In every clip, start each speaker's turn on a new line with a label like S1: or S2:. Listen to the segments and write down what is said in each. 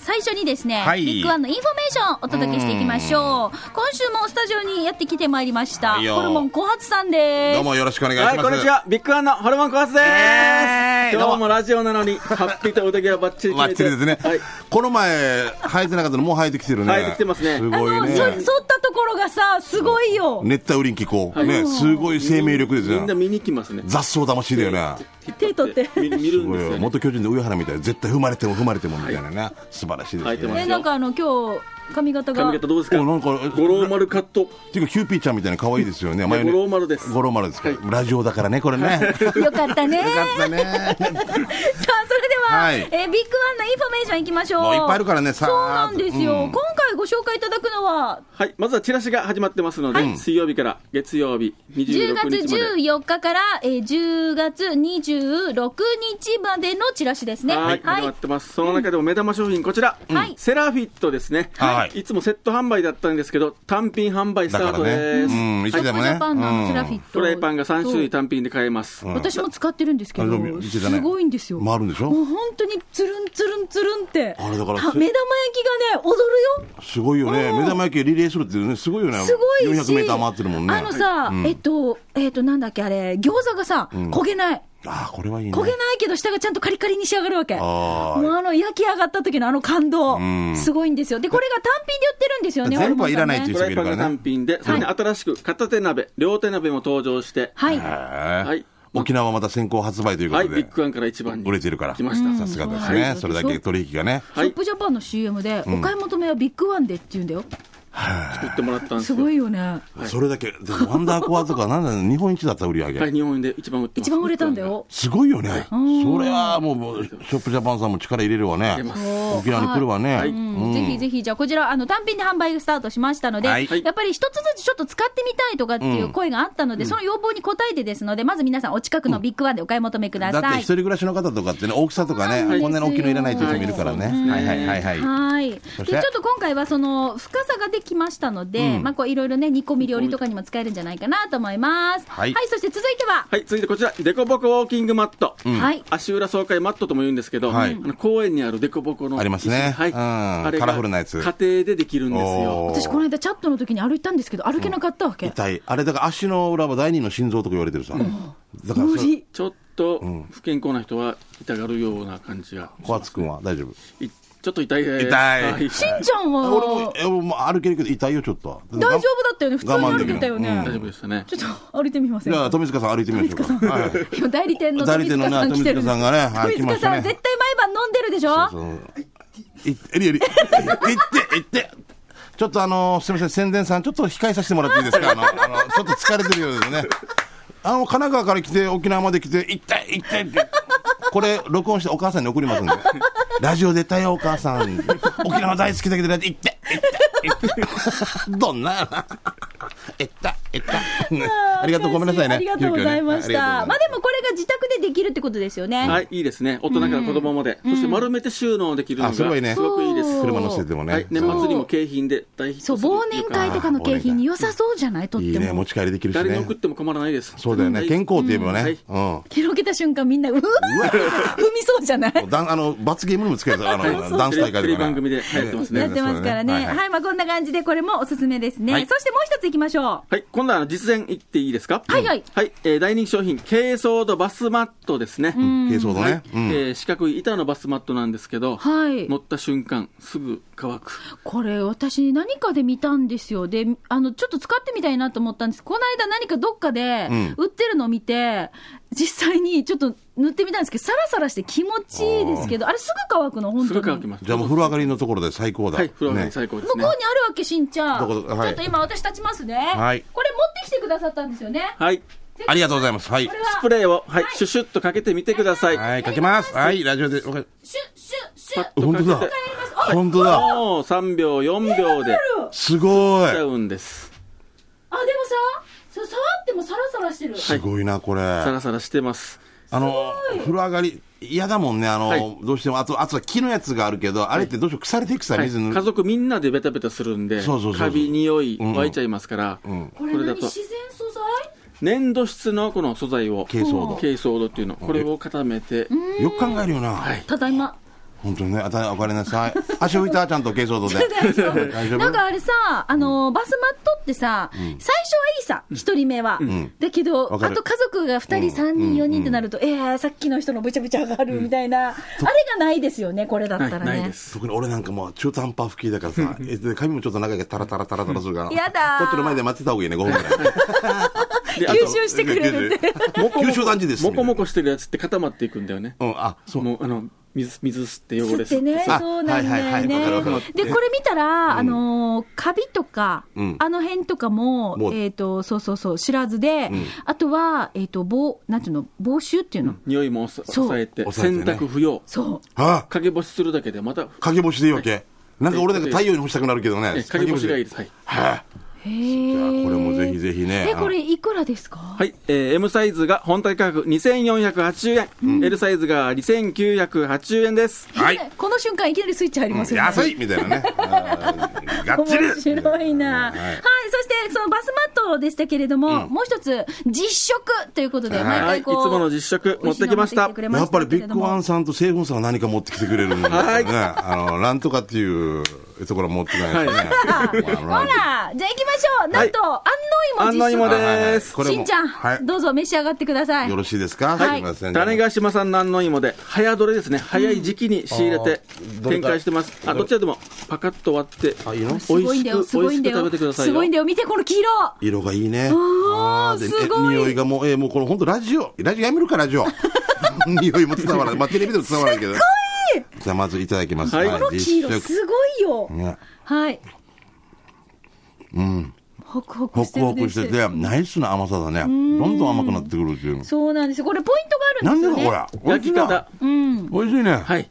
S1: 最初にですね、
S2: はい
S1: ビッグワンのインフォメーションをお届けしていきましょう今週もスタジオにやってきてまいりました、
S2: はいよ
S1: ホルモン小発さんです
S2: どうもよろしくお願いしま
S3: は
S2: す。
S3: い、こんにちは。ビッグワンのホルモンコースで
S2: えー
S3: す。
S2: どうも
S3: 今日もラジオなのに、ハッピーとお手がバッチリ
S2: ばっちりですね、
S3: はい。
S2: この前、生えてなかったの、もう生えてきてるね。
S3: 生えてきてますね
S2: す
S1: あ
S2: ごい
S1: の、
S2: ね
S1: そ。剃ったところがさすごいよ
S2: 熱帯雨林気候。ね、すごい生命力です
S3: み
S2: よ
S3: んな。見に来ますね。
S2: 雑草魂だよね。
S1: 手取 って
S3: 見見る
S2: す
S3: ん
S2: ご
S3: で
S2: いよ
S3: すよね。
S2: 元巨人の上原みたいな、絶対踏まれても踏まれてもみたいなね。素晴らしいです
S3: 生えてま
S2: ね。
S1: え
S3: す
S1: なんかあの今日髪型が
S3: 髪型どうですか
S2: おなんか
S3: 五郎丸カット。
S2: っていうか、キューピーちゃんみたいな可愛いですよね。
S3: いや
S2: ね
S3: 五郎丸です
S2: 五郎丸ですか。ラジオだからね、これね。よ
S1: よかったね
S2: か
S1: さ
S2: った ね。
S1: あそれでは、
S2: はい
S1: えービッグワンのインフォメーションいきましょう
S2: もういっぱいあるからねさーっ
S1: そ
S2: と
S1: うなんですよ、
S2: うん
S1: 今回ご紹介いただくのは
S3: はい、まずはチラシが始まってますので、水曜日から月曜日、
S1: 10
S3: 26
S1: 月
S3: 日まで。
S1: 14日から、えー10月26日までのチラシですね。
S3: はい、始まってます。その中でも目玉商品、こちら
S1: はい、
S3: セラフィットですね。
S2: はい
S3: いつもセット販売だったんですけど、単品販売ス
S2: だ
S3: タ
S2: か
S3: ー
S2: ら
S3: ト
S2: ね。
S3: で
S2: う
S3: す。
S2: ん、いつでも
S1: ジ
S2: ね
S1: ャ。パンのセラフィ
S2: う
S1: ッ
S2: ん
S1: ト。
S3: フライパンが3種類単品で買えます。
S1: そう私も使ってるんですけど、
S2: あでも見てたね
S1: すごいんですよ。
S2: 回るんでしょ
S1: もう本当につるんつるんつるんって。
S2: あれだから
S1: た目玉焼きがね、踊るよ。
S2: すごいよね。
S1: うん
S2: 目玉焼きリレーするってね、すごいよね。
S1: すごいし。
S2: 400メーター回ってるもんね。
S1: あのさ、えっと、えっと、なんだっけ、あれ、餃子がさ、焦げない。
S2: ああ、これはいいね。
S1: 焦げないけど、下がちゃんとカリカリに仕上がるわけ。
S2: あー
S1: もうあの、焼き上がった時のあの感動
S2: ん、
S1: すごいんですよ。で、これが単品で売ってるんですよね、
S2: 全部は
S1: ホルモンさんね
S2: いらないっていう
S3: フライパンが単品で、さらに新しく片手鍋、両手鍋も登場して、
S1: はい。
S2: へー
S3: はい
S2: 沖縄はまた先行発売というこ
S3: は
S2: と
S3: い、
S2: で、
S3: ビッグワンから一番に
S2: 売れてるから、
S3: 来ました。
S2: さすがですね、
S1: はい
S2: それだけ取引がね、
S1: ショップジャパンの CM で、お買い求めはビッグワンでって言うんだよ。
S3: 作ってもらったんです
S1: す
S3: よ。
S1: ごいよね。
S2: それだけ、でもワンダーコアとか、なんだろう、日本一だった売り上げ、
S3: はい、日本円で一番売ってます。
S1: 一番売れたんだ。よ。
S2: すごいよね、それはもうもう、ショップジャパンさんも力入れるわね
S3: 入れま、
S1: す
S2: 沖縄に来るわね、
S3: はい
S1: うんぜひぜひ、じゃあこちら、あの、単品で販売がスタートしましたので、
S2: はい
S1: やっぱり一つずつちょっと使ってみたいとかっていう声があったので、その要望に応えてですので、まず皆さんお近くのビッグワンでお買い求めくだ
S2: だって
S1: さ
S2: 一
S1: い。
S2: 人暮らしの方とかってね、大きさと
S1: そ
S2: か
S1: うなんです
S2: ね、
S1: よ
S2: こんなに大きいのいらないという人もいるからね、はいはいはいはい。
S1: はい。で、
S2: そし
S1: ち
S2: て
S1: ょっと今回はその、深さができましたので、まあこういろいろね、煮込み料理とかにも使えるんじゃないかなと思います。
S2: はい
S1: はい、そして続いては、
S3: はい、続いてこちら、デコボコウォーキングマット。
S1: はい。
S3: 足裏爽快マットとも言うんですけど、
S2: はい
S3: あの公園にあるデコボコの。
S2: ありますね
S3: はい。
S2: うん
S3: あれが
S2: カラフルなやつ
S3: 家庭でできるんです
S2: お
S3: よ。
S2: ー
S1: 私この間チャットの時に歩いたんですけど、歩けなかったわけ。
S2: 痛い、あれだから足の裏は第二の心臓とか言われてるさ、だから
S1: 無
S2: それ、
S1: 理。
S3: ちょっと、不健康な人は痛がるような感じが。
S2: 小松君は大丈夫
S3: いちょっと痛いです。
S2: 痛い
S3: は
S1: しんちゃんは、
S2: 俺もえ俺も歩けるけど痛いよ、ちょっと。
S1: 大丈夫だったよね。普通に
S2: 我慢
S1: 歩
S2: できる
S1: けたよね。
S3: 大丈夫でしたね。
S1: ちょっと歩いてみませ
S2: じ
S1: ん
S2: ゃ
S1: か
S2: あ、富塚さん歩いてみましょうか。はい
S1: 今代理店の
S2: 代
S1: 富
S2: 理
S1: 塚
S2: 店のね
S1: さん来てる
S2: 富塚さんがねはい
S1: 富塚
S2: 来ました
S1: さ
S2: ね
S1: ん絶対毎晩飲んでるでしょ
S2: そういえりえり、いって、いって。ちょっとあの、すみません、宣伝さん、ちょっと控えさせてもらっていいですか。あの、あのちょっと疲れてるようですね。あの、神奈川から来て、沖縄まで来て、行って、行ってって。これ、録音してお母さんに送りますんで。ラジオ出たよ、お母さん。沖縄大好きだけど、行って、行って、行って。どんなやな。行った、行った。ありがとう、ごめんなさいね。
S1: ありがとうございまし
S2: 急遽ね
S1: た、まあ
S2: ありがとうござい
S1: でもこれが自宅でできるってことですよね、
S3: はい、いいですね。大人から子供まで。そして丸めて収納できるの
S2: あ
S3: が、
S2: そ
S3: す
S2: れはいいね
S3: ごくいいです。
S1: そう
S2: 車乗せてもね。
S3: はい、年末にも景品で大ヒッ
S1: そ
S3: ト
S1: う
S3: する
S1: 忘年会とかの景品に良さそうじゃないとって
S2: いい
S1: も
S2: ね、持ち帰りできるし
S3: 誰に
S2: ね
S3: 送っ。ても困らないです。
S2: そうだよ
S3: は
S2: ね、
S3: い
S2: 健康って言えばね。
S3: う
S2: うん。
S1: 広げた瞬間みんなうわー踏みそうじゃない
S2: ダンあの罰ゲームにもつけるぞ あのダンス大会とか
S3: テレ
S2: ね
S3: ビ番組で流行ってますね
S1: やってますからね
S2: そ
S1: は
S2: う
S1: い、
S2: だはい
S1: まあこんな感じでこれもおすすめですね、
S2: はい
S1: そしてもう一ついきましょ
S3: はい、今度はあの実演行っていいですか
S1: はいはい
S3: はい、えー大人気商品、軽装度バスマットですね。
S2: 軽装の
S3: はい
S2: ね、うん
S3: えー四角い板のバスマットなんですけど、
S1: うはい
S3: 乗った瞬間、すぐ乾く。
S1: これ私何かで見たんですよであのちょっと使ってみたいなと思ったんですこの間何かどっかで
S2: うん
S1: 売ってるのを見て、実際にちょっと塗ってみたんですけどサラサラして気持ちいいですけどあれすぐ乾くの本
S3: す
S1: 当
S3: ぐ
S1: に
S3: 乾きます。
S2: じゃあもう風呂上がりのところで最高だ
S3: はい、風呂上がり
S2: ね
S3: 最高で
S1: 向
S3: す
S1: こう
S3: ね
S1: にあ。るわけしんちゃん、
S2: どこどこはい
S1: ちょっと今私立ちますね、
S2: はい
S1: これ持ってきてくださったんですよね
S3: はい、
S2: ありがとうございますはい
S1: これ
S3: ス
S1: は
S3: プレーを、はい、シュシュッとかけてみてください。
S2: はいかけますはいラジオでわかり
S1: シュッシュッシ
S3: パ
S1: ュッ
S3: ッと
S2: 本
S3: か
S2: 当
S3: け
S2: だ
S3: て。
S2: 本当だ
S3: もう3秒、4秒で
S2: すご
S3: ちゃ
S2: い
S3: うんです。
S1: あでもささ触ってもサラサラしてる
S2: すごいなこれ
S3: サ
S2: あ
S3: ラサラしてます。
S2: の風呂上がり嫌だもんねあ
S3: はい
S2: のどうしてもあとあとは木のやつがあるけどあれってどうしても腐れていくさ
S3: はい、
S2: 水
S3: 家
S2: の
S3: 族みんなでベタベタするんで、
S2: そうそうそうそう
S3: カビ、匂い、湧いちゃいますから、
S1: こ
S3: こ
S1: れ
S3: れ
S1: 何
S3: だと
S1: 自然素材
S3: 粘土質のこの素材を、
S2: 珪藻土
S3: 珪藻土っていうの、これを固めて、
S2: よく考えるよな
S3: はい
S1: ただいま
S2: 本当にね、あたおかえりなさい。足拭いたちゃんと軽装度で。大丈夫
S1: なんかあれさ、あのーバスマットってさ、最初はいいさ、一人目は。だけど、
S2: わ
S1: あ
S2: かる
S1: と家族が二人、三人、四人ってなると、えー、さっきの人のぶちゃぶちゃ上がるみたいな、あれがないですよね、これだったら
S3: ないない
S1: ね
S3: で。す。
S2: 特に俺なんかもう中途半端吹きだからさ、えで髪もちょっと長いからタラタラタラタラするから。
S1: やだー
S2: こっちの前で待ってた方がいいね、5分ぐらい。
S3: であ
S1: 吸
S3: と
S1: 収してくれるって。
S3: もこも
S2: 吸収断じです
S3: もこもこしてるやつって固まっていくんだよね。
S2: うん、あ、そう。
S3: もう、あの、水、水吸って汚
S1: 吸
S3: れ
S1: ってね、
S2: あ
S1: そうなんだ
S2: はいは
S1: よ
S2: いはいわかるわ
S1: ね
S2: かる。
S1: で、これ見たら、あのー、カビとか
S2: うん、
S1: あの辺とかも
S2: も、う
S1: えっと、そうそうそう、知らずで
S2: ん、
S1: あとは、えっと、防、なんていうの、防臭っていうの。
S3: 匂いも抑抑えて、
S2: 抑えて
S3: 洗
S2: ね
S3: 濯不要。
S1: そう。
S2: あ、
S3: 陰干しするだけで、また、
S2: 陰干しでいいわけ。なんか俺なんか太陽に干したくなるけど
S3: え
S2: ね。。
S3: 陰干しがいいですす。はい。
S2: はい。
S1: へー
S2: じゃあこれもぜひぜひね
S1: え、これいくらですか
S3: はい、えー M サイズが本体価格2480円、L サイズが2980円です。
S2: はい
S1: いきなりこの瞬間、いきなりスイッチ入りますよね。
S2: 安いみたいなね。うんがっちり
S1: 面白いな、
S2: はい
S1: はい、そしてそのバスマットでしたけれども、もう一つ、実食ということで、
S2: はい
S1: 毎
S3: はい、
S1: 回
S3: いつ
S1: こう、
S3: もの実食持ってきました。
S2: やっぱりビッグワン
S1: ス
S2: さんとセイフンさんは何か持ってきてくれるんだ
S3: は
S2: よ
S3: い
S2: ね。あの、なんとかっていうところは持ってないですね。
S1: ほら、じゃあ行きましょう、なんと、安納
S3: 安納
S1: 芋
S3: 芋
S1: 実
S2: はいはいはい
S3: で
S2: こ
S3: す。
S1: 食、
S2: れも
S1: しんちゃん、
S2: はい
S1: どうぞ召し上がってください。
S2: よろしいですか
S1: はい
S2: すいません
S3: 種ヶ島産の安納芋で、早どれですね、早い時期に仕入れて
S2: うんあー
S3: 展開してます。あ、どっちらでもパカッと割って、
S2: あいいの
S1: すごいんだよ、すごいんだ
S3: 美
S1: よ
S3: 味しく美味しく食べてくだ、さい
S1: す
S3: よ
S1: ごいんだよ、見てこの黄色。
S2: 色がいいね。
S1: おー
S2: あーです
S1: ごい
S2: え匂いがもう、えーもうこの本当ラジオ。ラジオやめるか、ラジオ。匂いも伝わらない。まあ、テレビでも伝わらないけどね。じゃあ、まずいただきます。
S3: はい
S1: この黄色、
S2: 実食
S1: すごいよ。
S2: ね
S1: はい。うん。ホクホク
S2: ホ
S1: して
S2: ク
S1: る
S2: ホ
S1: でしょ
S2: クしてて、ナイスな甘さだね。どんどん甘くなってくるっていう。
S1: そうなんですよ。これポイントが
S2: な
S1: ある
S2: ん
S1: んで
S2: ですだ
S1: よね。
S2: これ。
S3: 焼き方、
S2: 美味しいな。美味しいね。
S3: はい。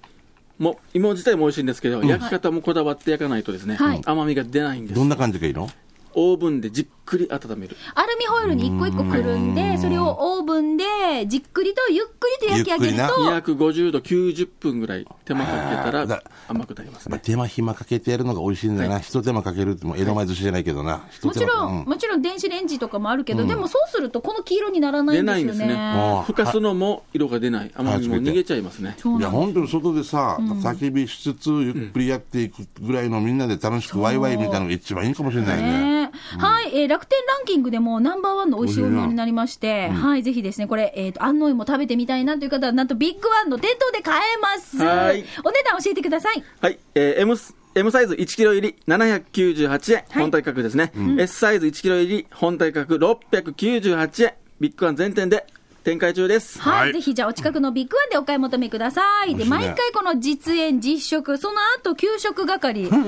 S3: もう芋自体も美味しいんですけど、焼き方もこだわって焼かないとですね、
S1: はい
S3: 甘みが出ないんです
S2: どん。な感じがいいの
S3: オーブンでじっくり温める。
S1: アルミホイルに一個一個くるんで、それをオーブンでじっくりとゆっくりと焼き上げる
S2: ゆっ
S1: と、
S2: く
S3: 250度90分ぐらい手間かけたら
S2: だ
S3: 甘くなります
S2: まあ
S3: ね。
S2: 手間暇かけてやるのが美味しいんだよな。一手間かけるって、もう江戸前寿司じゃないけどな。一
S1: も
S2: 手
S1: ち
S2: 間
S1: ろん、
S2: うん
S1: もちろん電子レンジとかもあるけど、でもそうするとこの黄色にならないんですよ
S3: 出ないんです
S1: ね。
S2: あ
S3: ふかすのも色が出ない。甘みも逃げちゃいますね。
S1: そう
S2: い
S1: な
S2: や、
S1: んです
S2: 本当に外でさ、焚き火しつつ、ゆっくりやっていくぐらいのみんなで楽しくワイワイみたいなのが一番いいかもしれないね。
S1: ねはい、えー楽天ランキングでもナンバーワンの美味しいお芋になりまして、はい、ぜひですね、これ、えっ、と、安納芋食べてみたいなという方は、なんとビッグワンの店頭で買えます。
S3: はい
S1: お値段教えてください。
S3: はい、えー M, M サイズ1キロ入り798円、
S1: はい
S3: 本体価格ですね、S サイズ1キロ入り本体価格698円ビッグワン全店で展開中です
S1: はい、
S2: はい
S1: ぜひじゃあお近くのビッグワンでお買い求めください。で、
S2: 面白い
S1: 毎回この実演、実食、その後給食 係、もう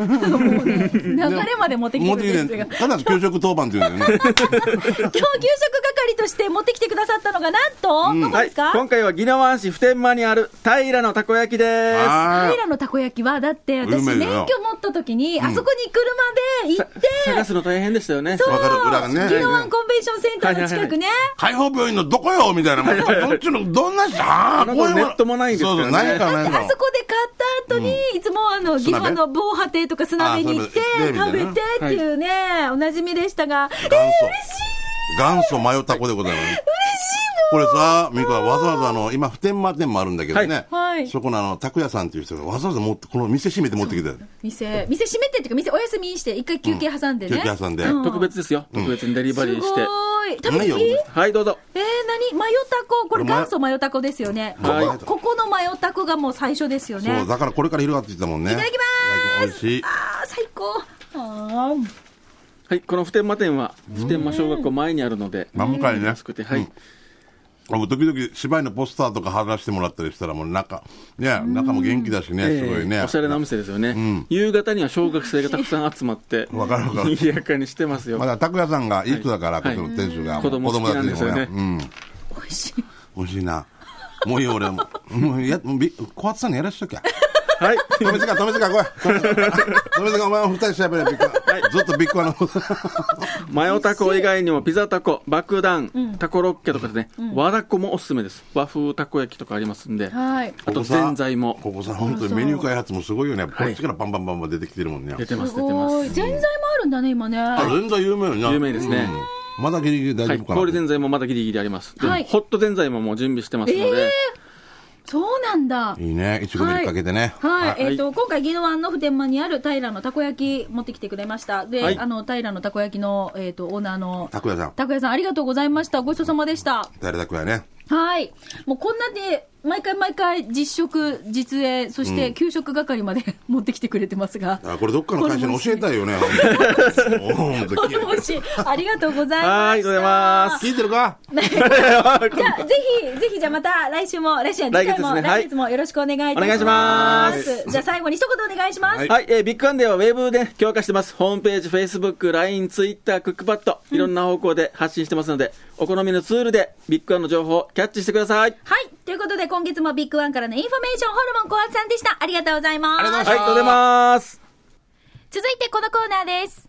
S1: ね、流れまで持ってきて
S2: も
S1: く
S2: う
S1: れるん
S2: ね
S1: ですが、
S2: ただ給食当番っていうんだよね。
S1: 今日給食係として持ってきてくださったのが、なんと、どこ
S3: は
S1: で
S3: い
S1: すか、
S3: 今回は宜野湾市普天間にある平のたこ焼きです
S1: 平
S2: は
S1: のたこ焼きは、だって
S2: う
S1: 私、
S2: めえ
S1: 免
S2: の
S1: 許
S2: よ
S1: 持った時に、あそこに車で行っ
S3: さ
S1: て、
S3: 探すの大変でしたよね
S1: そう
S2: わかる裏がね
S1: 宜野湾コンベンションセンターの近くね。
S2: 解放病院のどこよみたいな。もうどっちの、どんな人あ
S3: あ
S2: ー
S3: の
S2: こういう
S3: ネットもないんですからね
S2: そうそう、ないからないか
S1: あ
S2: ら
S1: そ。こで買った後に、いつもあの、岐
S2: 砂
S1: 阜
S2: 鍋
S1: の防波堤とか砂辺に行って
S2: あ砂、
S1: 食
S2: 鍋
S1: べ
S2: 行
S1: て
S2: っ
S1: っていうね、おなじみでしたが、えー、嬉しい
S2: 元祖マヨタコでございます。これさ、ミカわざわざあの、今、普天間店もあるんだけどね。
S1: はいはい
S2: そこのあの、拓也さんっていう人がわざわざ持って、この店閉めて持ってきて。
S1: 店、店閉めてっていうか、店お休みにして、一回休憩挟んでね。
S2: 休憩挟んで
S1: う
S3: 特別ですよ特別にデリバリーし
S1: す
S3: て、
S1: ごい。食べていい
S2: ないよ
S3: はいどうぞ
S1: えー、何マヨタコこれ
S2: これま
S1: 元祖マヨタコですよね。こ
S3: はい
S1: こ、ここのマヨタコがもう最初ですよ
S2: そ
S1: ね
S2: う、。だからこれから広がってきたもんね。い
S1: ただき
S2: まーす。美味しい。
S1: あー、最高。あー
S3: はいこの普天間店は普天間小学校前にあるので
S2: 真向かいね
S3: 安。くてはい、
S2: 僕、時々芝居のポスターとか貼らせてもらったりしたら、もう中、ね、中も元気だしね、すごい
S3: え
S2: ね。
S3: ーおしゃれなお店ですよね、夕方には小学生がたくさん集まって
S2: わかるわかる
S3: 賑やかにしてますよ、
S2: まだ拓也さんがいい人だから、
S3: はい
S2: ここの店主が。
S3: 子供好きなんですよね
S2: 子供だって
S1: 美味しい。
S2: うん。美味しいな。もういいよ、俺も。もう、や、び小松さんにやらしときゃ。
S3: はい
S2: 止め塚、止め塚、来い。止め塚、お前も二人しゃべれ、ビッグワンずっとビッグワンのこと。
S3: マヨタコ以外にもピザタコ爆弾、タコロッケとかですね、和だこもおすすめです和風たこ焼きとかありますんで、
S1: はい。
S3: あとぜんざいも
S2: ここさ、本当にメニュー開発もすごいよね。こっちからバンバンバンバン出てきてるもんね。
S3: 出てますす出てま
S1: ごい。
S3: す
S1: ぜんざいもあるんだね、今ね。
S2: あ、全然有名よね。
S3: 有名ですね
S2: うん。まだギリギリ大
S3: は
S2: 丈
S3: い
S2: 夫かな。
S3: 氷ぜんざいもまだギリギリあります、で
S1: はい
S3: ホットぜんざいももう準備してますので、
S1: そうなんだ。
S2: いいね。いちごミルクかけてね。
S1: はい、
S3: はい
S1: えっ、と、今回、宜野湾の普天間にある平のたこ焼き持ってきてくれました。で、
S3: はい
S1: あの、平のたこ焼きの、えっ、と、オーナーの、
S2: たくやさん。
S1: たこやさん、ありがとうございました。ごちそうさまでした。
S2: 誰たくやね。
S1: はい。もうこんなで、毎回毎回、実食、実営、そして給食係まで 持ってきてくれてますが。
S2: あ、これどっかの会社に教えたい よね。ほんと
S1: とて も美味しい。ありがとうございます。
S3: はいありがとうございます
S2: 聞いてるか
S1: じゃあ、ぜひ、ぜひ、じゃあまた来週も、来週は
S3: 来
S1: 次
S3: 月
S1: 回も、来月,、
S3: ですねはい
S1: もよろしくお願いいたします。
S3: お願いします
S1: じゃあ最後に一言お願いします。
S2: はい
S3: はい、えービッグワンデーはウェブで強化してます。ホームページ、Facebook、LINE、Twitter、クックパッド、いろんな方向で発信してますので、お好みのツールでビッグワンの情報をキャッチしてください。
S1: はい。ということで、今月もビッグワンからのインフォメーション、ホルモン小発さんでした。ありがとうございます。
S2: ありがとうございました
S3: はい、ありがとうございます。
S1: 続いてこのコーナーです。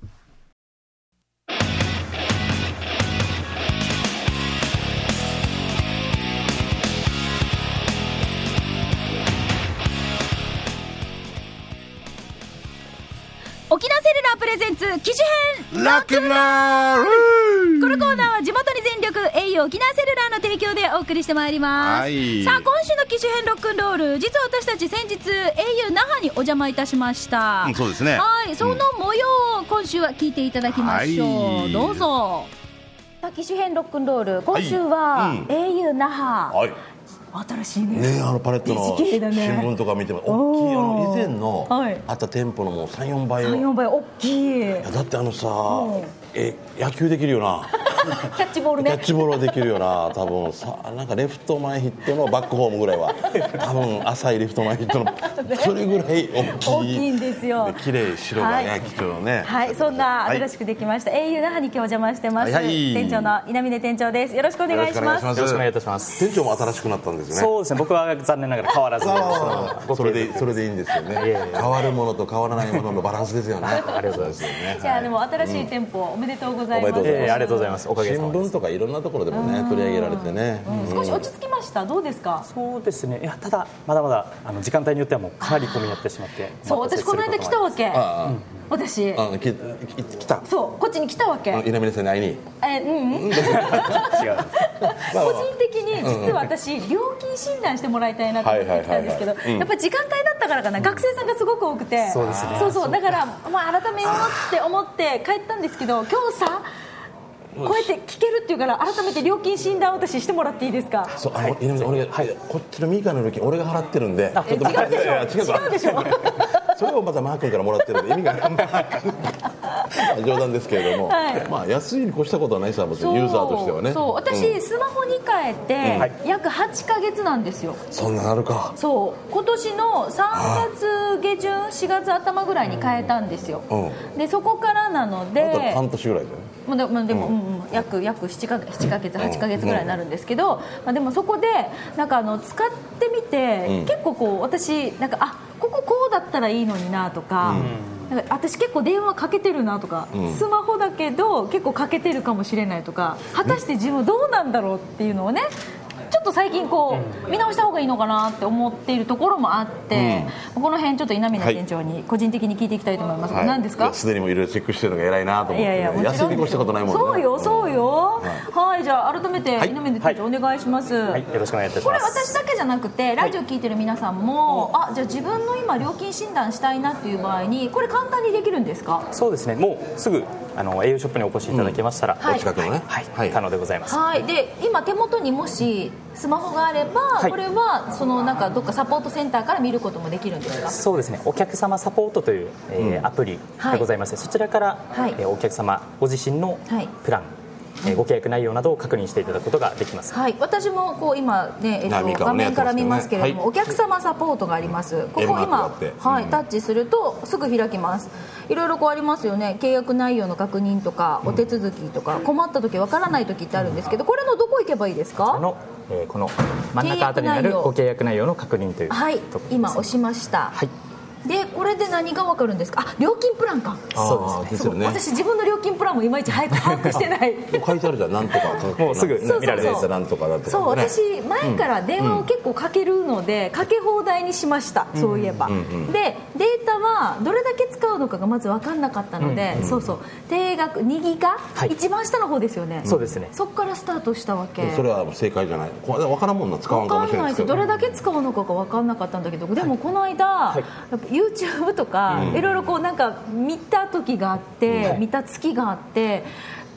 S1: 沖縄セルラープレゼンツ機種編
S2: ラッキーラー
S1: このコーナーは地元に全力 au 沖縄セルラーの提供でお送りしてまいります、
S2: はい
S1: さあ今週の機種編ロックンロール実は私たち先日 au 那覇にお邪魔いたしました、
S2: うんそうですね
S1: はいその模様を今週は聞いていただきましょう、
S2: はい
S1: どうぞ機種編ロックンロール今
S2: 週
S1: 週
S2: は
S1: は
S2: はいうん
S1: au 那覇、
S4: はい。
S1: 新しいね
S4: ねあのパレットの
S1: 景色
S4: 新
S1: だね
S4: 聞とか見ても大きいあ
S1: おー
S4: の以前の
S1: はい
S4: あった店舗のもう34倍の
S1: 34倍大きい
S4: いやだってあのさ
S1: ん
S4: え野球できるよな
S1: キャッチボール
S4: キャ
S1: ね
S4: ッチボールはできるよな多分さなんかレフト前ヒットのバックホームぐらいは多分浅いレフト前ヒットのそれぐらい大きい
S1: 大きいんですよ
S4: 綺麗白がね、
S1: はい
S4: 貴重ね
S1: はい、そんな
S4: はい
S1: 新しくできました、au 那覇に今日お邪魔してます、
S4: はいはい
S1: 店長の稲峰店長ですよろしくお
S4: よ
S1: 願
S4: ろ
S1: い
S4: しく
S1: し
S4: お願
S1: ま
S4: いし
S1: す
S4: ます
S5: よろしくお願いいたします
S4: 店長も新しくなったんですよね
S5: そうですね、僕は残念ながら変わらずに、
S4: あーそれでそれでいいんですよね
S5: いえいえ
S4: 変わるものと変わらないもののバランスですよねありがとうございます
S1: じゃあでも新しい店舗、おめでとうございます
S4: おめでとうござい
S5: ええありがとうございます、おかげ
S4: 新
S5: さまで。
S4: 聞とかいろんなところでもね取り上げられてね、
S1: 少し落ち着きましたどうですか
S5: そうですね、いやただ、まだまだあの時間帯によってはもうかなり混み合ってしまって、
S1: そう
S5: お待た
S1: 私
S5: せ
S1: この
S5: す
S1: 間
S5: ると
S1: 来
S5: も
S1: た
S5: あり
S1: わけ
S4: あ
S1: 私
S4: ああのきき来た
S1: そうこっちに来たわけ
S4: あの稲峰さんに会いに
S1: えうんう ん個
S5: 違う
S1: 人的に実は私料金診断してもらいたいなと思って来たんですけど
S4: はいはいはいはいうん
S1: やっぱ時間帯だったからかな学生さんがすごく多くて
S5: そうですね
S1: そうそうだからまあ改めようって思って帰ったんですけど今日さこうやって聞けるっていうから改めて料金診断私してもらっていいですか
S4: そうあの稲峰さん俺が、こっちのミカの料金俺が払ってるんで
S1: え違う
S4: 待っていやいや
S1: でしょ
S4: 違う
S1: 違うでしょ
S4: それをまたマー君からもらってるんで意味がないま あ冗談ですけれども、
S1: はい
S4: まあ安いに越したことはないさもち
S1: そ
S4: ろ
S1: うん
S4: ユーザーとしてはね
S1: そう私、
S4: ん
S1: スマホに変えて約8か月なんですよ
S4: そんなのあるか
S1: そう今年の3月下旬4月頭ぐらいに変えたんですよ、
S4: う
S1: でそこからなの
S4: あなた
S1: で
S4: 半年ぐらいだよね
S1: まあでもまあでも、うんうん約約7か月7ヶ月8か月ぐらいになるんですけど、まあ、でもそこでなんかあの使ってみて、
S4: ん
S1: 結構こう私なんかあこここうだったらいいのになとか,、なんか私結構電話かけてるなとか、
S4: ん
S1: スマホだけど結構かけてるかもしれないとか果たして自分どうなんだろうっていうのをねちょっと最近こう見直した方がいいのかなって思っているところもあって、この辺ちょっと稲峰店長に個人的に聞いていきたいと思います、
S4: はい
S1: 何ですか
S4: すでにもういろいろチェックしてるのが偉いなと
S1: い
S4: 思って
S1: やいや、もちろん
S4: 安いに越したことないもんね
S1: そうよ、そうよ。
S4: う
S1: はい、じゃあ改めて
S4: はい
S1: 稲峰店長お願いします。
S5: はい、よろしくお願いいたし
S1: これ
S5: ます。
S1: 私だけじゃなくてラジオ聞いてる皆さんも、あじゃあ自分の今料金診断したいなっていう場合にこれ簡単にできるんですか
S5: そうですね、もうすぐあの栄養ショップにお越しいただけましたら、
S1: はい
S4: お近くのね
S5: はい、
S4: はい
S5: 可能でございます。
S1: はいで今手元にもしスマホがあれば、
S5: はい
S1: これはそのなんかどっかサポートセンターから見ることもできるんですか
S5: そうですねお客様サポートという、えーアプリがございまして、そちらから、
S1: はい
S5: えーお客様ご自身の
S1: はい
S5: プラン、えーご契約内容などを確認していただくことができます、
S1: はい、私もこう今ね、えっ
S4: ナビ
S1: と、
S4: か
S1: 画
S4: もね
S1: 面から見ますけれども、
S4: や
S1: お客様サポートがあります。ここ
S4: M マークがあ
S1: 今
S4: っ、て
S1: はい、タッチするとすぐ開きます。いろいろこうありますよね。契約内容の確認とか、お手続きとか、困った時わからない時ってあるんですけど、これのどこ行けばいいです
S5: あ
S1: か？
S5: の、えーこの真ん中あたりにあ
S1: 契約内
S5: る
S1: 容
S5: ご契約内容の確認という
S1: はい
S5: ところです、、
S1: 今押しました。
S5: はい
S1: でこれで何が分かるんですかあ料金プランか
S4: ああですよね
S1: 私自分の料金プランもいまいち早く把握してない
S4: もう書いてあるじゃんなんとか
S5: もうすぐ
S4: な
S1: そうそ
S4: ん
S1: うそう
S4: 見られるやつなんとかなんとか
S1: そう私前から電話を結構かけるので、かけ放題にしました、そういえば、でデータはどれだけ使うのかがまず分かんなかったので、そうそう定額2ギガ、
S5: はい
S1: 一番下の方ですよね、
S5: そうですね
S1: そこからスタートしたわけ
S4: でもそれは正解じゃないこれ分からんもんな使わ
S1: 分
S4: んか
S1: か
S4: もし
S1: ん
S4: れな
S1: ないい
S4: です
S1: し
S4: けど
S1: どれだけ使うのかが分かんなかったんだけどでもこの間、
S5: い
S1: やっぱ YouTube とか、いろいろこうなんか見た時があって、見た月があって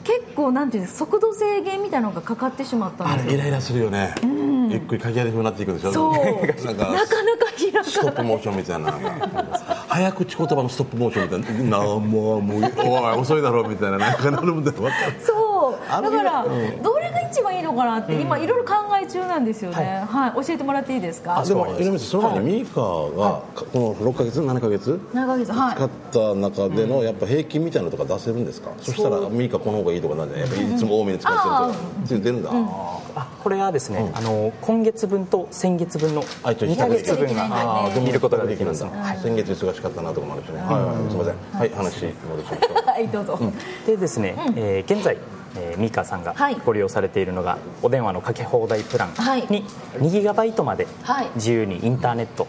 S1: 結構なんていうんですか速度制限みたいなのがかかってしまったん
S4: あ
S1: ですよ
S4: れイライラするよねゆっくり書き上げふになっていくでしょ
S1: そう
S4: な
S1: なんか
S4: か
S1: なか開
S4: ス
S1: かな
S4: トッ
S1: い
S4: プモーションみたいななんか早口言葉のストップモーションみたいな「なあもうもうおい遅いだろ」みたいななんかなるみたいな
S1: そう
S4: あ
S1: だ
S4: の
S1: から
S4: うん
S1: どれが一番いいのかなって今いろいろ考え中なんですよねはい教えてもらっていいですか
S4: あでも井上さんその前にミーカーがかこの6ヶ月7ヶ月
S1: 7ヶ月はい
S4: 使った中でのやっぱ平均みたいなのとか出せるんですかそしたらミーカーこの方がいいとかなんじゃないやっぱいつも多めに使ってるとそういうの出るんだ
S5: あこれはですね、あの今月分と先月分の
S4: あ一応
S5: 2ヶ月分が
S4: あーでも
S5: 見ることができます
S4: んだ先月忙しかったなとかもあるしねはいはいすいませんはい話戻しましょう
S1: はいどうぞ
S5: でですね、えー現在、えー、ミーカーさんが
S1: はい
S5: ご利用されているのが、お電話のかけ放題プラン
S1: はい
S5: に2ギガバイトまで
S1: はい
S5: 自由にインターネット、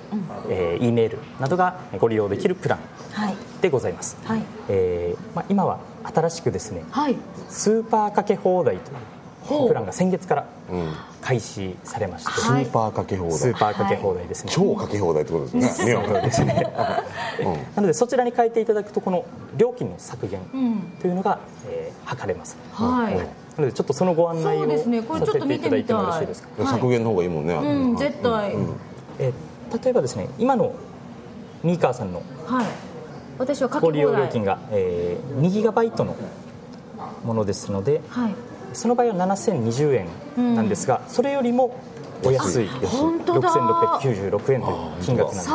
S5: えー E メールなどがご利用できるプラン
S1: はい
S5: でございます、
S1: はい
S5: えーまあ、今は新しくですね
S1: はい
S5: スーパーかけ放題というプランが先月から開始されまして、
S1: はい
S4: スーパーかけ放
S5: スー
S4: 題
S5: パーかけ放題ですね、
S4: 超かけ放題ってことですね
S5: そうですねなのでそちらに変えていただくとこの料金の削減というのが、えー図れます、
S1: はい
S5: なのでちょっとそのご案内
S1: そう
S5: を
S1: ですねこれちょ
S5: さ
S1: っ
S5: せ
S1: と
S5: て
S1: 見
S5: い
S1: て
S5: ただ
S1: み
S5: いて
S1: た
S5: もよろしい
S1: い
S5: ですか、
S1: はい
S4: 削減の方がいいもんね
S1: うん絶対
S5: えー例えばですね今のミーカーさんの
S1: はい私はかけ
S5: ご
S1: 放
S5: 利
S1: 題
S5: 用料金が、えー、2ギガバイトのものですので
S1: はい
S5: その場合は7020円なんですが、それよりもお安い
S1: 本当だ
S5: 6696円という金額なんです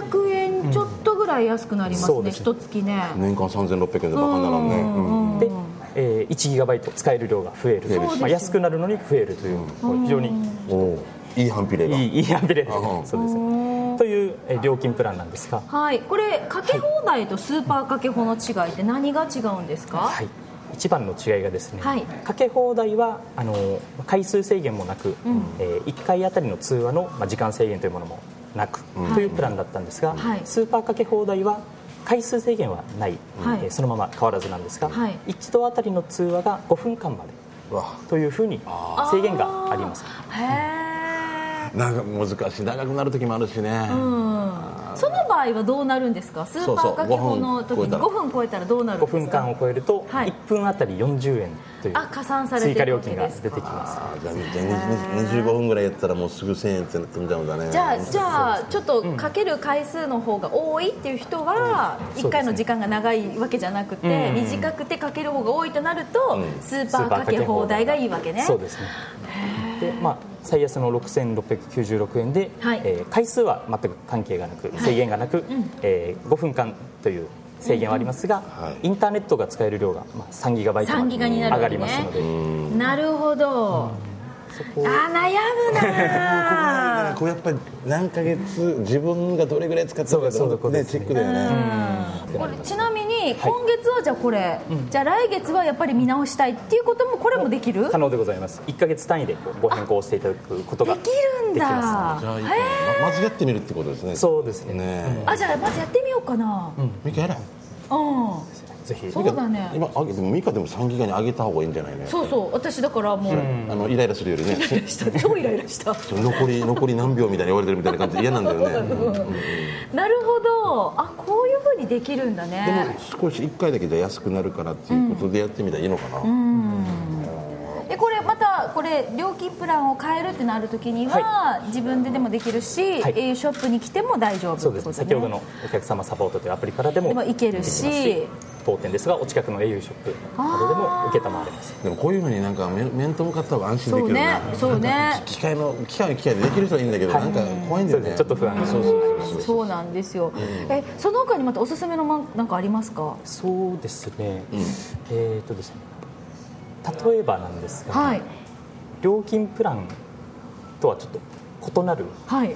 S1: 300円ちょっとぐらい安くなります
S5: そう
S1: ね
S5: ですね
S1: 一月ね
S4: 年間3600円でバカにならんねうん
S5: で、えー、1ギガバイト使える量が増える
S1: そうですよ
S5: まあ、安くなるのに増えるというこれ非常に
S4: おういい反比例が
S5: いいいいアンビレ
S4: うん
S5: そうですねという、えー料金プランなんですが、
S1: はいこれかけ放題とスーパーかけ放の違いって何が違うんですか
S5: はい、一番の違いがですね、
S1: はい
S5: かけ放題はあのー回数制限もなく、え1回あたりの通話の、まあ、時間制限というものもなく、というプランだったんですが、
S1: はい
S5: スーパーかけ放題は回数制限はない、
S1: はい
S5: えーそのまま変わらずなんですが、
S1: はい
S5: 一度あたりの通話が5分間まで
S4: うわ
S5: というふうに制限があります
S1: へえ
S4: なんか難しい長くなる時もあるしね
S1: その場合はどうなるんですかスーパーかけ放の時
S4: そう
S1: に
S4: そう
S1: 5分超えたらどうなるん
S5: 5
S1: ですか
S5: 分間を超えると
S1: はい
S5: 1分あたり40円という
S1: あ加算されてる
S5: 追加料金が出てきます
S4: あーじゃあじゃあ20 25分ぐらいやったらもうすぐ1000円ってなっちゃうんだね
S1: じゃあじゃあちょっとかける回数の方が多いっていう人は1回の時間が長いわけじゃなくて短くてかける方が多いとなるとスーパーかけ放題がいいわけね
S5: そうですねでまあ最安の6696円で、
S1: はい
S5: えー回数は全く関係がなく制限がなく、えー5分間という制限はありますが、インターネットが使える量が、まあ、3ギガバイトま
S1: 3
S5: で
S1: ギガに
S5: 上
S1: なる
S5: が
S1: わ
S5: り
S1: け
S5: ます
S1: ね
S5: ので、
S1: なるほど
S5: そ
S1: あ
S5: こ
S1: ー悩む なー
S4: こうやっぱり何ヶ月自分がどれぐらい使って
S5: そう
S4: る
S5: だ
S4: か
S5: そうだそう
S4: ね
S5: だ
S4: チェックだよね
S1: これちなみに今月はじゃあこれ、じゃあ来月はやっぱり見直したいっていうこともこれもできるで
S5: 可能でございます1か月単位でこうご変更していただくことが
S1: きるん
S5: でき
S1: だ
S5: ま
S4: じゃあいいかままずやってみるってことですね
S5: そうですね
S4: ね
S1: あじゃあまずやってみようかなうん、
S4: ミカやら
S5: ぜひ
S1: そうだね
S4: 今あげてもミカでも3ギガに上げた方がいいんじゃないのよ
S1: そうそう私だからもう、
S4: あのイライラするよりね
S1: 超イライラした
S4: 残り残り何秒みたいに言われてるみたいな感じで嫌なんだよね
S1: なるほどあこういうふうにできるんだ
S4: で
S1: ね
S4: も少し1回だけじゃ安くなるからっていうことでやってみたらいいのかな、
S1: えこれまたこれ料金プランを変えるってなるときには、自分ででもできるし、
S5: はい
S1: えーショップに来ても大丈夫って
S5: そ
S1: こ
S5: う
S1: と
S5: です
S1: ね
S5: ね先ほどのお客様サポートというアプリからでも
S1: でも行ける
S5: できます
S1: し
S5: 当店ですがお近くの au ショップなどでも受けたまわれます
S4: でもこういうふうになんか面面と向かった方が安心で
S1: そ
S4: き
S1: う
S4: る
S1: ね
S4: な
S1: そうね
S4: 機械の機械の機械でできる人はいいんだけど、なんか怖いんだよね
S5: ちょっと不安が
S4: そうそうそうそう
S1: そうなんですよ、えその他にまたおすすめのもんなんかありますか
S5: そうですね、えっ、とですね例えばなんですが、
S1: はい
S5: 料金プランとはちょっと異なる
S1: はい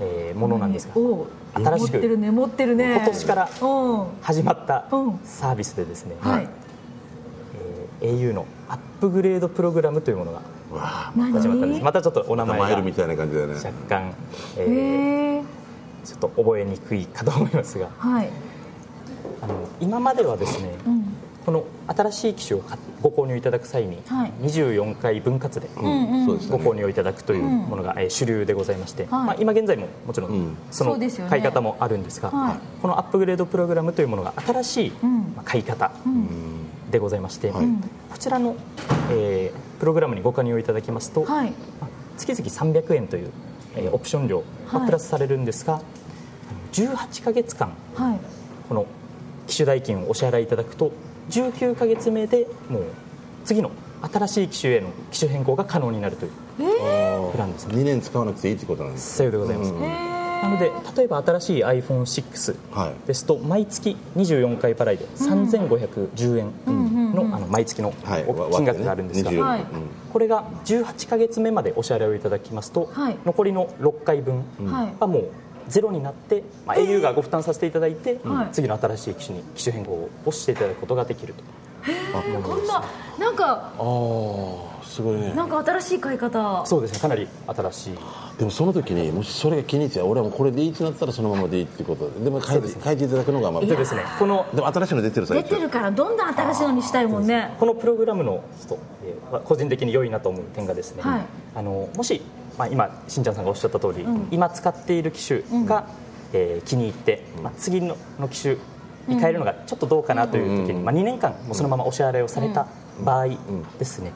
S5: えーものなんですが、
S1: おう
S5: 新しく
S1: 持ってるね持ってるね
S5: 今年から
S1: うん
S5: 始まった
S1: うん
S5: サービスでですね、
S1: はい
S5: えー au のアップグレードプログラムというものが
S1: 何
S5: 始まったんですまたちょっとお名前が
S4: マイル
S5: 若
S4: みたいな感じだよね
S5: 干、え
S1: へ
S5: ー
S1: え
S5: ちょっと覚えにくいかと思いますが
S1: はい
S5: あの今まではですね、
S1: うん
S5: この新しい機種を買っご購入いただく際に、
S1: はい
S5: 24回分割で
S1: うんうん
S4: そうです
S5: ご
S4: よ
S5: 購
S4: ね
S5: 入いただくというものが、えー主流でございまして、
S1: はい
S5: まあ、今現在ももちろん、
S4: うん
S1: そ
S5: そ
S1: う
S5: の
S1: ですよね
S5: 買い方もあるんですが
S1: はい
S5: このアップグレードプログラムというものが新しい、
S1: うん
S5: まあ買い方
S4: うん
S5: でございまして、
S4: はい
S5: こちらの、えープログラムにご加入いただきますと、
S1: はい
S5: まあ月々300円という、えーオプション料が
S1: はい
S5: プラスされるんですが、18ヶ月間
S1: はい
S5: この機種代金をお支払いいただくと19ヶ月目でもう次の新しい機種への機種変更が可能になるというプランですね
S4: 2年使わなくていいってことなんです
S5: さようでございます、なので例えば新しい iPhone6
S4: はい
S5: ですと毎月24回払いで3510円の,、あの毎月の
S4: はい
S5: お金額があるんですが、
S4: 割って
S1: は
S4: ね
S1: い
S4: 24
S5: これが18ヶ月目までお支払いをいただきますと、
S1: はい
S5: 残りの6回分
S1: はい
S5: がもうゼロになって、まあ、au がご負担させていただいて、
S1: はい
S5: 次の新しい機種に機種変更をしていただくことができると
S1: こんななんか
S4: ああすごいね
S1: なんか新しい買い方
S5: そうですねかなり新しい
S4: でもその時にもしそれが気に入って俺はもうこれでいいってなったらそのままでいいってことででも変えて変えていただくのがまあ
S5: でですねこの
S4: でも新しいの出てる最
S1: 出
S4: 近
S1: てるからどんどん新しいのにしたいもんね
S5: このプログラムのちょっと、えー個人的に良いなと思う点がですね、
S1: はい
S5: あのもし、まあ、今しんちゃんさんがおっしゃった通り、今使っている機種が、えー気に入って、まあ、次のの機種に変えるのがちょっとどうかなという時に、まあ、2年間もうそのままお支払いをされた場合ですね、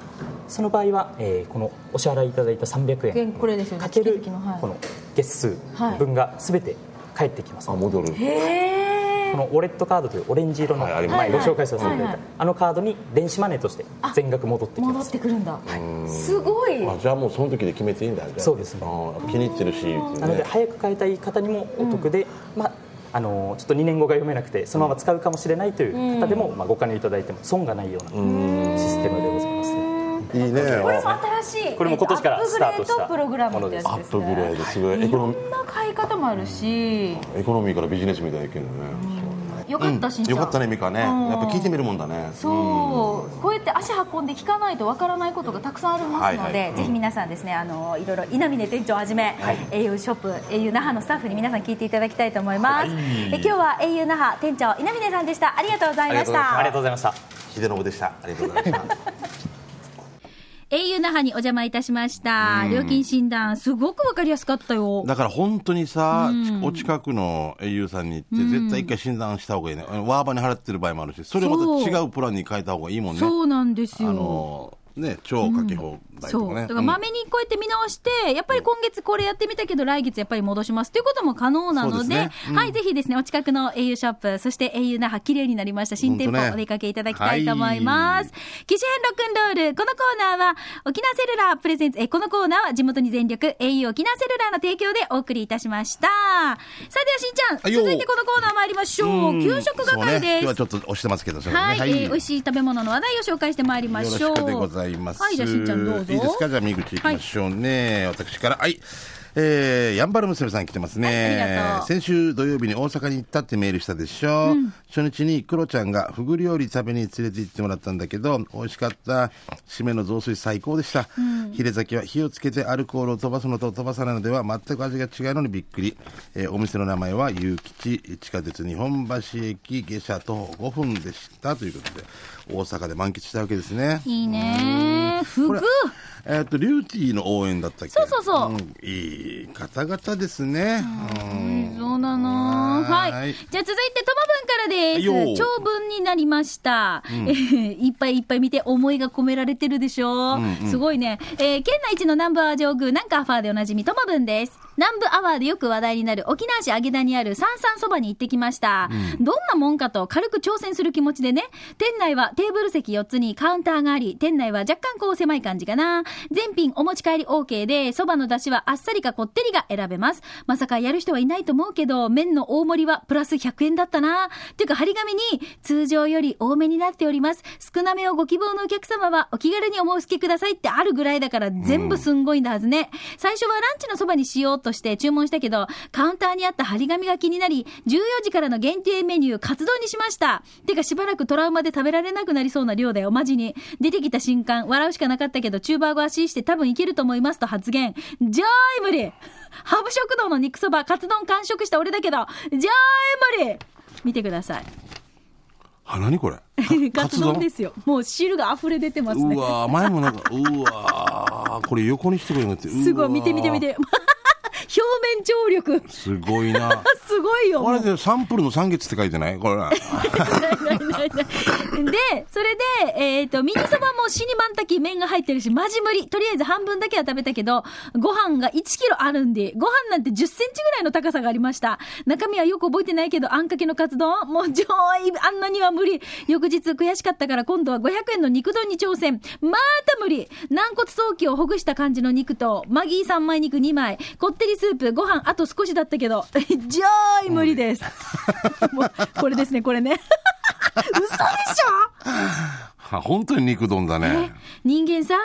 S5: その場合は、えーこのお支払いいただいた300円
S1: これですよね
S5: かける
S1: 月々のはい
S5: この月数分が全て返ってきます、
S4: あ戻る
S1: へえ
S5: このウォレットカードというオレンジ色の
S4: はいあ
S5: 前
S4: り
S5: ご
S4: ますね
S5: 紹介させていた
S1: はいはい
S5: だいたあのカードに電子マネーとして全額戻ってき
S1: 戻
S5: ま
S1: っ
S5: す
S1: てくるんだすごい
S4: あじゃあもうその時で決めていいんだじゃあ
S5: そうですね
S4: あー気に入ってるしっていう
S5: なので
S4: ね
S5: 早く変えたい方にもお得で、まああのちょっと2年後が読めなくてそのまま使うかもしれないという方でも、まあ、ご加入いただいても損がないようなシステムでございますね
S4: いいね
S1: これも新しい
S5: これも今年からスタートした
S1: アップグレードプログラムってや
S4: アッ
S1: つです
S4: プグレ
S1: ね
S4: ードすごいエ
S1: い
S4: コ
S1: ろ
S4: ノミ
S1: んな買い方もあるし
S4: エコノミーからビジネスみたいにいけるのね
S1: よかったしんちゃ
S4: よ
S1: ん
S4: かったねミカね
S1: うん
S4: やっぱ聞いてみるもんだね
S1: そうこうやって足運んで聞かないとわからないことがたくさんありますので、
S4: はいはい
S1: ぜひ皆さんですねあのいろいろ稲峰店長をはじめ、au ショップ au 那覇のスタッフに皆さん聞いていただきたいと思います、え今日は au 那覇店長稲峰さんでしたありがとうございまし
S4: あ
S1: た
S5: ありがとうございました
S4: 秀信でしたありがとうございました
S1: au 那覇にお邪魔いたしました料金診断すごくわかりやすかったよ
S2: だから本当にさ、お近くの au さんに行って、絶対一回診断した方がいいね。ワーバに払ってる場合もあるし、それをまた違うプランに変えた方がいいもんね。
S1: そうなんです
S2: あ
S1: よ
S2: の、ね、超かけ放題
S1: そ
S2: と
S1: う
S2: か
S1: だ
S2: ね。
S1: からまめにこうやって見直して、やっぱり今月これやってみたけど、来月やっぱり戻しますということも可能なので、
S2: そうですねうん
S1: はい、ぜひですね、お近くの au ショップ、そして au 那覇、綺麗になりました新店
S2: ほん
S1: 舗、
S2: とね
S1: お出かけいただきたいと思います。機種編ロックンロール、このコーナーは、沖縄セルラープレゼンツ、え、このコーナーは地元に全力、au 沖縄セルラーの提供でお送りいたしました。さあ、ではしんちゃん、
S2: はいよ
S1: 続いてこのコーナー参りましょう。給食
S2: そうね
S1: 係で
S2: 今日
S1: す
S2: は。ちょっと押してますけど、それね
S1: はい、えー美味しい食べ物の話題を紹介してまいりましょう。
S2: よろしくでございます。
S1: はい、じゃあしんちゃんどうぞ。
S2: いいですかじゃあ、みぐちいきましょうね。私から。はい。えー、やんばる娘さん来てますね、
S1: はいありがとう
S2: 先週土曜日に大阪に行ったってメールしたでしょ、初日にクロちゃんがフグ料理食べに連れて行ってもらったんだけど美味しかった締めの雑炊最高でした、ヒレ酒は火をつけてアルコールを飛ばすのと飛ばさないのでは全く味が違うのにびっくり、えーお店の名前は有吉地下鉄日本橋駅下車徒歩5分でしたということで大阪で満喫したわけですね
S1: いいねー。ふ
S2: こ
S1: ぐ
S2: れ。えっ、と、リューティーの応援だったっけ
S1: そうそうそうん
S2: いい方々ですね。うん
S1: そうなのー。は
S2: はいい。
S1: じゃあ続いて、トマ文からで
S2: はいよ
S1: す。
S2: ー
S1: 長文になりました。えへへ いっぱいいっぱい見て思いが込められてるでしょ、すごいね。えー県内一の南部アワー上宮、南下アファーでおなじみ、トマ文です。南部アワーでよく話題になる沖縄市揚田にある三々そばに行ってきました。どんなもんかと軽く挑戦する気持ちでね、店内はテーブル席4つにカウンターがあり、店内は若干こう狭い感じかな。全品お持ち帰り OK で、そばの出汁はあっさりかこってりが選べます。まさかやる人はいないと思うけど、麺の大盛りはプラス100円だったな。ていうか、張り紙に、通常より多めになっております。少なめをご希望のお客様は、お気軽にお申し付けくださいってあるぐらいだから、全部すんごいんだはずね。最初はランチのそばにしようと
S6: として注文したけど、カウンターにあった張り紙が気になり、14時からの限定メニュー、カツ丼にしました。てかしばらくトラウマで食べられなくなりそうな量だよ、マジに。出てきた瞬間、笑うしかなかったけど、チューバーご足して多分いけると思いますと発言。ジャイ無理ハブ食堂の肉そば、カツ丼完食した俺だけど、ジャイ無理見てください。
S2: あ何 これ
S6: カツ丼ですよ。もう汁が溢れ出てますね
S2: う。わー前もなんかうわーこれ横にしてくれるのってうわー
S6: すごい、見て見 て見て。表面張力。
S2: すごいな
S6: すごいよ。
S2: こ
S6: も
S2: れ
S6: う
S2: でサンプルの三月って書いてない これ
S6: ないないないで、それで、えっ、と、ミニそばも死にまんたき麺が入ってるし、マジ無理。とりあえず半分だけは食べたけど、ご飯が1キロあるんで、ご飯なんて10センチぐらいの高さがありました。中身はよく覚えてないけど、あんかけのカツ丼もう上位、あんなには無理。翌日悔しかったから今度は500円の肉丼に挑戦。また無理。軟骨早期をほぐした感じの肉と、マギー三枚肉2枚、こってりスープ、ご飯あと少しだったけど、 上位無理です。 もうこれですね、これね。嘘でしょ
S2: あ本当に肉丼だね
S6: 人間さ、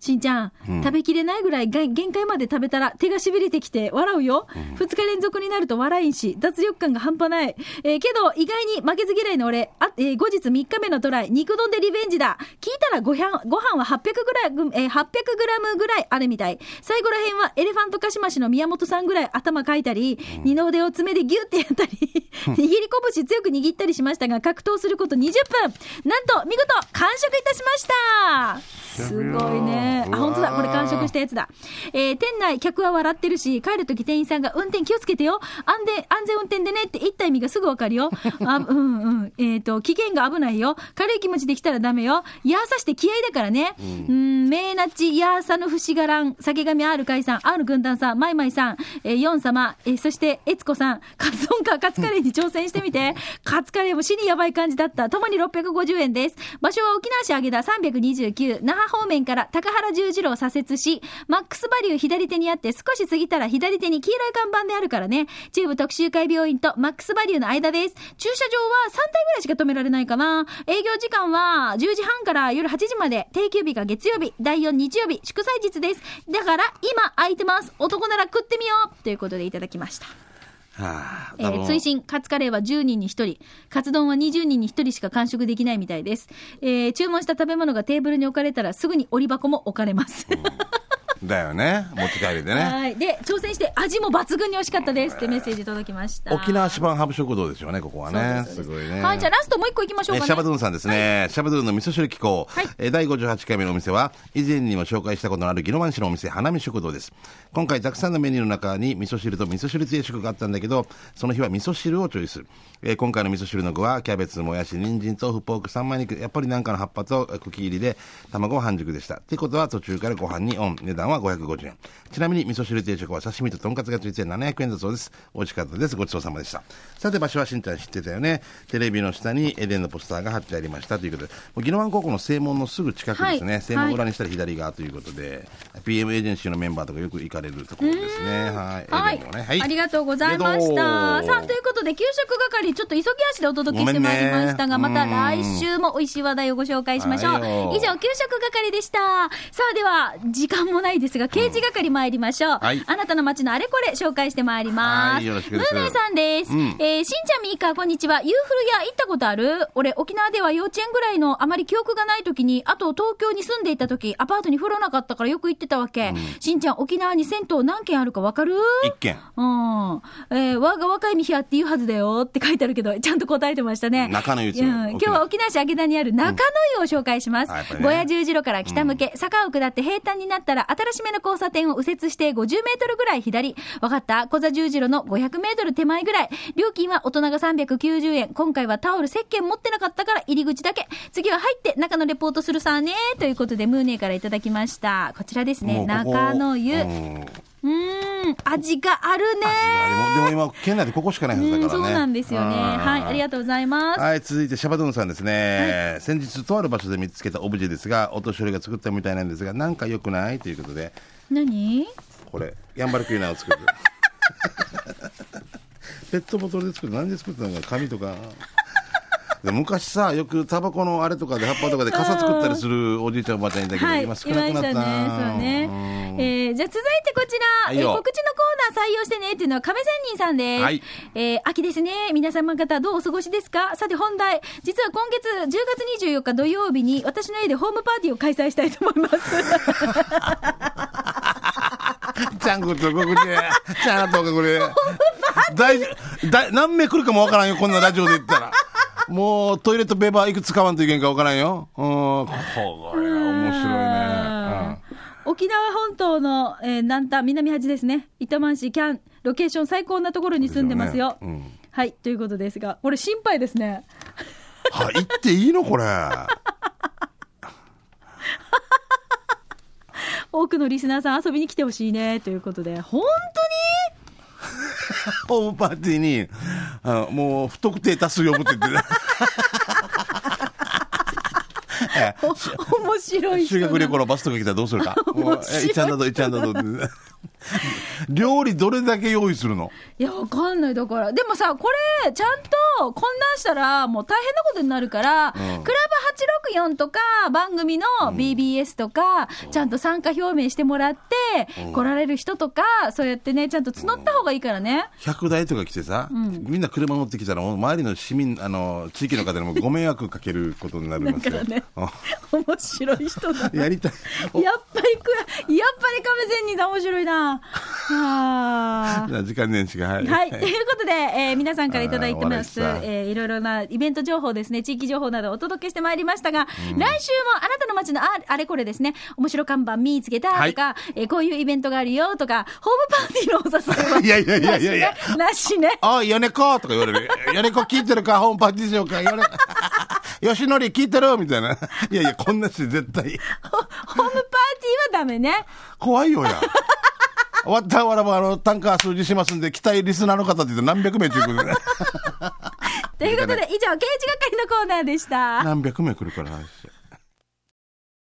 S6: しんちゃん、食べきれないぐらいが限界まで食べたら手がしびれてきて笑うよ。二、日連続になると笑いんし、脱力感が半端ない。えーけど、意外に負けず嫌いの俺、あえー後日3日目のトライ、肉丼でリベンジだ。聞いたらごはんご飯は800グラム、えー、800グラムぐらいあるみたい。最後らへんはエレファントカシマシの宮本さんぐらい頭かいたり、二の腕を爪でギュってやったり、握り拳強く握ったりしましたが、格闘すること20分。なんと、見事、完食いたしました。すごいね。あ、本当だ。これ完食したやつだ。えー店内、客は笑ってるし、帰るとき店員さんが運転気をつけてよ。安全、安全運転でねって言った意味がすぐわかるよ。あ、うんうん。えっ、と、危険が危ないよ。軽い気持ちで来たらダメよ。ヤーサして気合だからね。うん、名なち、ヤーサの節がらん、酒神 R 海さん、R 軍団さん、マイマイさん、えー、ヨン様、えーそして、エツコさん、カツ丼かカツカレーに挑戦してみて。カツカレーも死にやばい感じだった。ともに650円です。場所は沖縄市上げ田329、那覇方面から高原十字路を左折し、マックスバリュー左手にあって少し過ぎたら左手に黄色い看板であるからね。中部特集会病院とマックスバリューの間です。駐車場は3台ぐらいしか止められないかな。営業時間は10時半から夜8時まで、定休日が月曜日、第4日曜日、祝祭日です。だから今空いてます。男なら食ってみようということでいただきました。
S2: はあ
S6: えー追伸、カツカレーは10人に1人、カツ丼は20人に1人しか完食できないみたいです。えー注文した食べ物がテーブルに置かれたらすぐに折り箱も置かれます。
S2: だよね持って帰りでね
S6: はい。で、挑戦して味も抜群に美味しかったですってメッセージ届きました。
S2: 沖縄市版ハブ食堂ですよねここはねすごいね
S6: はい、じゃあラストもう一個行きましょう
S2: え
S6: か
S2: ー
S6: ね。
S2: シャバドゥンさんですね、シャバドゥンの味噌汁機構、
S6: はい
S2: えー第58回目のお店は以前にも紹介したことのある宜野湾市のお店花見食堂です今回たくさんのメニューの中に味噌汁と味噌汁定食があったんだけどその日は味噌汁をチョイス、えー今回の味噌汁の具はキャベツもやし人参豆腐ポーク三枚肉やっぱりなんかの葉っぱとえー茎入りで卵は半熟でしたってことは途中からご飯にオン値段は550円ちなみに味噌汁定食は刺身ととんかつがついて700円だそうです美味しかったですごちそうさまでしたさて場所はしんちゃん知ってたよねテレビの下にエデンのポスターが貼ってありましたということでもう宜野湾高校の正門のすぐ近くですね、
S6: はい
S2: 正門裏にしたら左側ということで、PM エージェンシーのメンバーとかよく行かれるところですねはい、
S6: は
S2: エ
S6: い
S2: デンもね
S6: ありがとうございました。
S2: どう
S6: さあ、ということで、給食係、ちょっと急ぎ足でお届けしてまいりましたが、
S2: ごめ
S6: ま
S2: んね
S6: た来週も美味しい話題をご紹介しましょう。
S2: はいよ
S6: 以上、給食係でした。さあ、では、時間もないですが、刑事係参りましょう。
S2: はい
S6: あなたの街のあれこれ紹介してまいります。
S2: はいよろしく
S6: ム
S2: です
S6: ーメンさんです。
S2: ん
S6: えーしんちゃんみーか、こんにちは。ユーフル屋行ったことある俺、沖縄では幼稚園ぐらいのあまり記憶がない時に、あと東京に住んでいた時、アパートに風呂なかったからよく行ってたわけ。しんちゃん、沖縄に銭湯何軒あるかわかる
S2: 一軒
S6: うん。えー、我が若いミヒアって言うはずだよって書いてあるけど、ちゃんと答えてましたね。
S2: 中野湯地
S6: う
S2: の
S6: ん。今日は沖縄市明田にある中野湯を紹介します
S2: うんあやっぱ。りね
S6: 五夜十字路から北向け、坂を下って平坦になったら、新しめの交差点を右折して50メートルぐらい左。わかった小座十字路の500メートル手前ぐらい。料金は大人が390円。今回はタオル、石鹸持ってなかったから入り口だけ。次は入って中のレポートするさね。ということで、ムーネーからいただきました。こちらですね。
S2: もうここ
S6: 中野湯。
S2: う
S6: うんーん。味があるね。
S2: でも今県内でここしかないはずだから
S6: う
S2: ね
S6: ん、そうなんですよね。はい、ありがとうございます。
S2: はい、続いてシャバドゥンさんですね、先日とある場所で見つけたオブジェですがお年寄りが作ったみたいなんですがなんか良くないということで
S6: 何
S2: これヤンバルクイナを作る ペットボトルで作る何で作ったのか紙とかで昔さ、よくタバコのあれとかで葉っぱとかで傘作ったりするおじいちゃんおばあちゃんいたけど、
S6: はい、い
S2: 今
S6: ま
S2: 少なくな
S6: し
S2: ったた
S6: ね。そうね。えーじゃあ続いてこち
S2: は
S6: ら、え
S2: い
S6: ー
S2: よ
S6: 告知のコーナー採用してねっていうのは亀仙人さんです。
S2: はい
S6: えー秋ですね。皆様方どうお過ごしですかさて本題、実は今月10月24日土曜日に私の家でホームパーティーを開催したいと思います。
S2: ちゃんことこくれ。ちゃんとこれ。大丈夫。だい何名来るかもわからんよ、こんなラジオで言ったら。もうトイレットペーパーいくつ買わんといけんかわからんよ。うん。これは面白いね。うん
S6: 沖縄本島の、えー南端、南端ですね、糸満市キャン、ロケーション最高なところに住んでますよ。
S2: ですよね
S6: はいということですが、これ、心配ですね、
S2: は、行っていいのこれ。
S6: 多くのリスナーさん、遊びに来てほしいねということで、本
S2: ホームパーティーに、あもう不特定多数呼ぶって言 ってね。
S6: 当にお面白い人
S2: 修
S6: な
S2: 学旅行のバスとか来たらどうするか。もう
S6: 面白い
S2: えいちゃんだといちゃんだとって。料理どれだけ用意するの
S6: いや、わかんない、だから、でもさ、これ、ちゃんと混乱したら、もう大変なことになるから、クラブ864とか、番組の BBS とか、ちゃんと参加表明してもらって、来られる人とか、そうやってね、ちゃんと募った方がいいからね。
S2: 100台とか来てさ、みんな車乗ってきたら、もう周りの市民、あの、地域の方にもご迷惑かけることになりますよ。
S6: だ からね
S2: あ
S6: 面白い人だな。
S2: やりたい。
S6: やっぱりくら、やっぱり亀仙人さん面白い な。あー
S2: じゃあ時間年始が、はい。
S6: はい。ということで、えー皆さんからいただいてます。
S2: あー笑いした
S6: えーいろいろなイベント情報ですね、地域情報などお届けしてまいりましたが、来週もあなたの街のああれこれですね、面白看板見つけたとか、えーこういうイベントがあるよとか、ホームパーティーのお誘いは。
S2: いやいやいやいやいや
S6: なしね。なしね。
S2: おい、米子とか言われる。 米子聞いてるか、ホームパーティーしようか、米子。 吉典聞いてるみたいな。いやいや、こんなし絶対。
S6: ホホームパーティーはダメね。
S2: 怖いよや。終わったわらば、あの、単価数字しますんで、期待リスナーの方って言って何百名ということ で。
S6: ということで、以上、刑事係のコーナーでした。
S2: 何百名来るから。来週